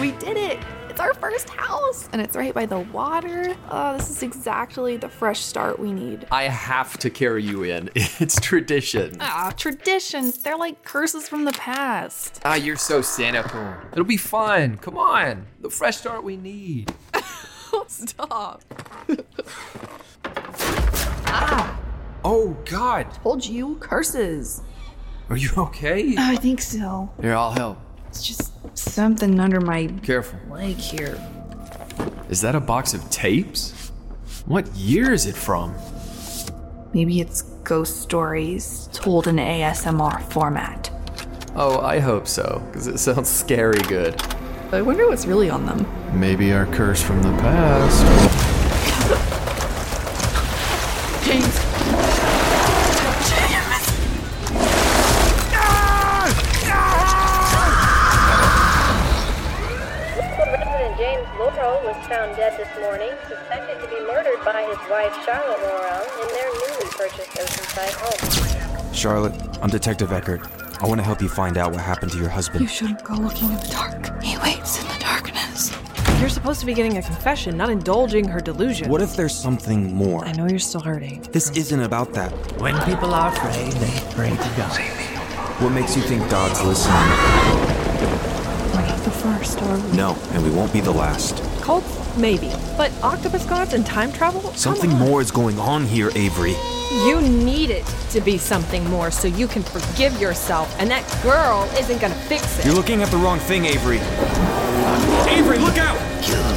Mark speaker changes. Speaker 1: We did it! It's our first house, and it's right by the water. Oh, this is exactly the fresh start we need.
Speaker 2: I have to carry you in. It's tradition.
Speaker 1: Ah, traditions, they're like curses from the past.
Speaker 2: Ah, you're so cynical. It'll be fun. Come on. The fresh start we need.
Speaker 1: Stop.
Speaker 2: Oh, God.
Speaker 1: Told you, curses.
Speaker 2: Are you okay?
Speaker 1: Oh, I think so.
Speaker 2: Here, I'll help.
Speaker 1: It's just something under my
Speaker 2: Careful.
Speaker 1: leg here.
Speaker 2: Is that a box of tapes? What year is it from?
Speaker 1: Maybe it's ghost stories told in ASMR format.
Speaker 2: Oh, I hope so, because it sounds scary good.
Speaker 1: I wonder what's really on them.
Speaker 2: Maybe our curse from the past.
Speaker 1: James.
Speaker 3: President James Laurel was found dead this morning, suspected to be murdered by his wife Charlotte Laurel in their newly purchased Oceanside home.
Speaker 4: Charlotte, I'm Detective Eckert. I want to help you find out what happened to your husband.
Speaker 1: shouldn't go looking in the dark. He waits in the darkness.
Speaker 5: You're supposed to be getting a confession, not indulging her delusion.
Speaker 4: What if there's something more?
Speaker 5: I know you're still hurting.
Speaker 4: This isn't about that.
Speaker 6: When people are afraid, they pray to God.
Speaker 4: What makes you think God's listening?
Speaker 1: We're not the first, are we?
Speaker 4: No, and we won't be the last.
Speaker 5: Cults, maybe. But octopus gods and time travel? Come
Speaker 4: Something
Speaker 5: on.
Speaker 4: more is going on here, Avery.
Speaker 5: You need it to be something more so you can forgive yourself, and that girl isn't gonna fix it.
Speaker 4: You're looking at the wrong thing, Avery. Avery, look out!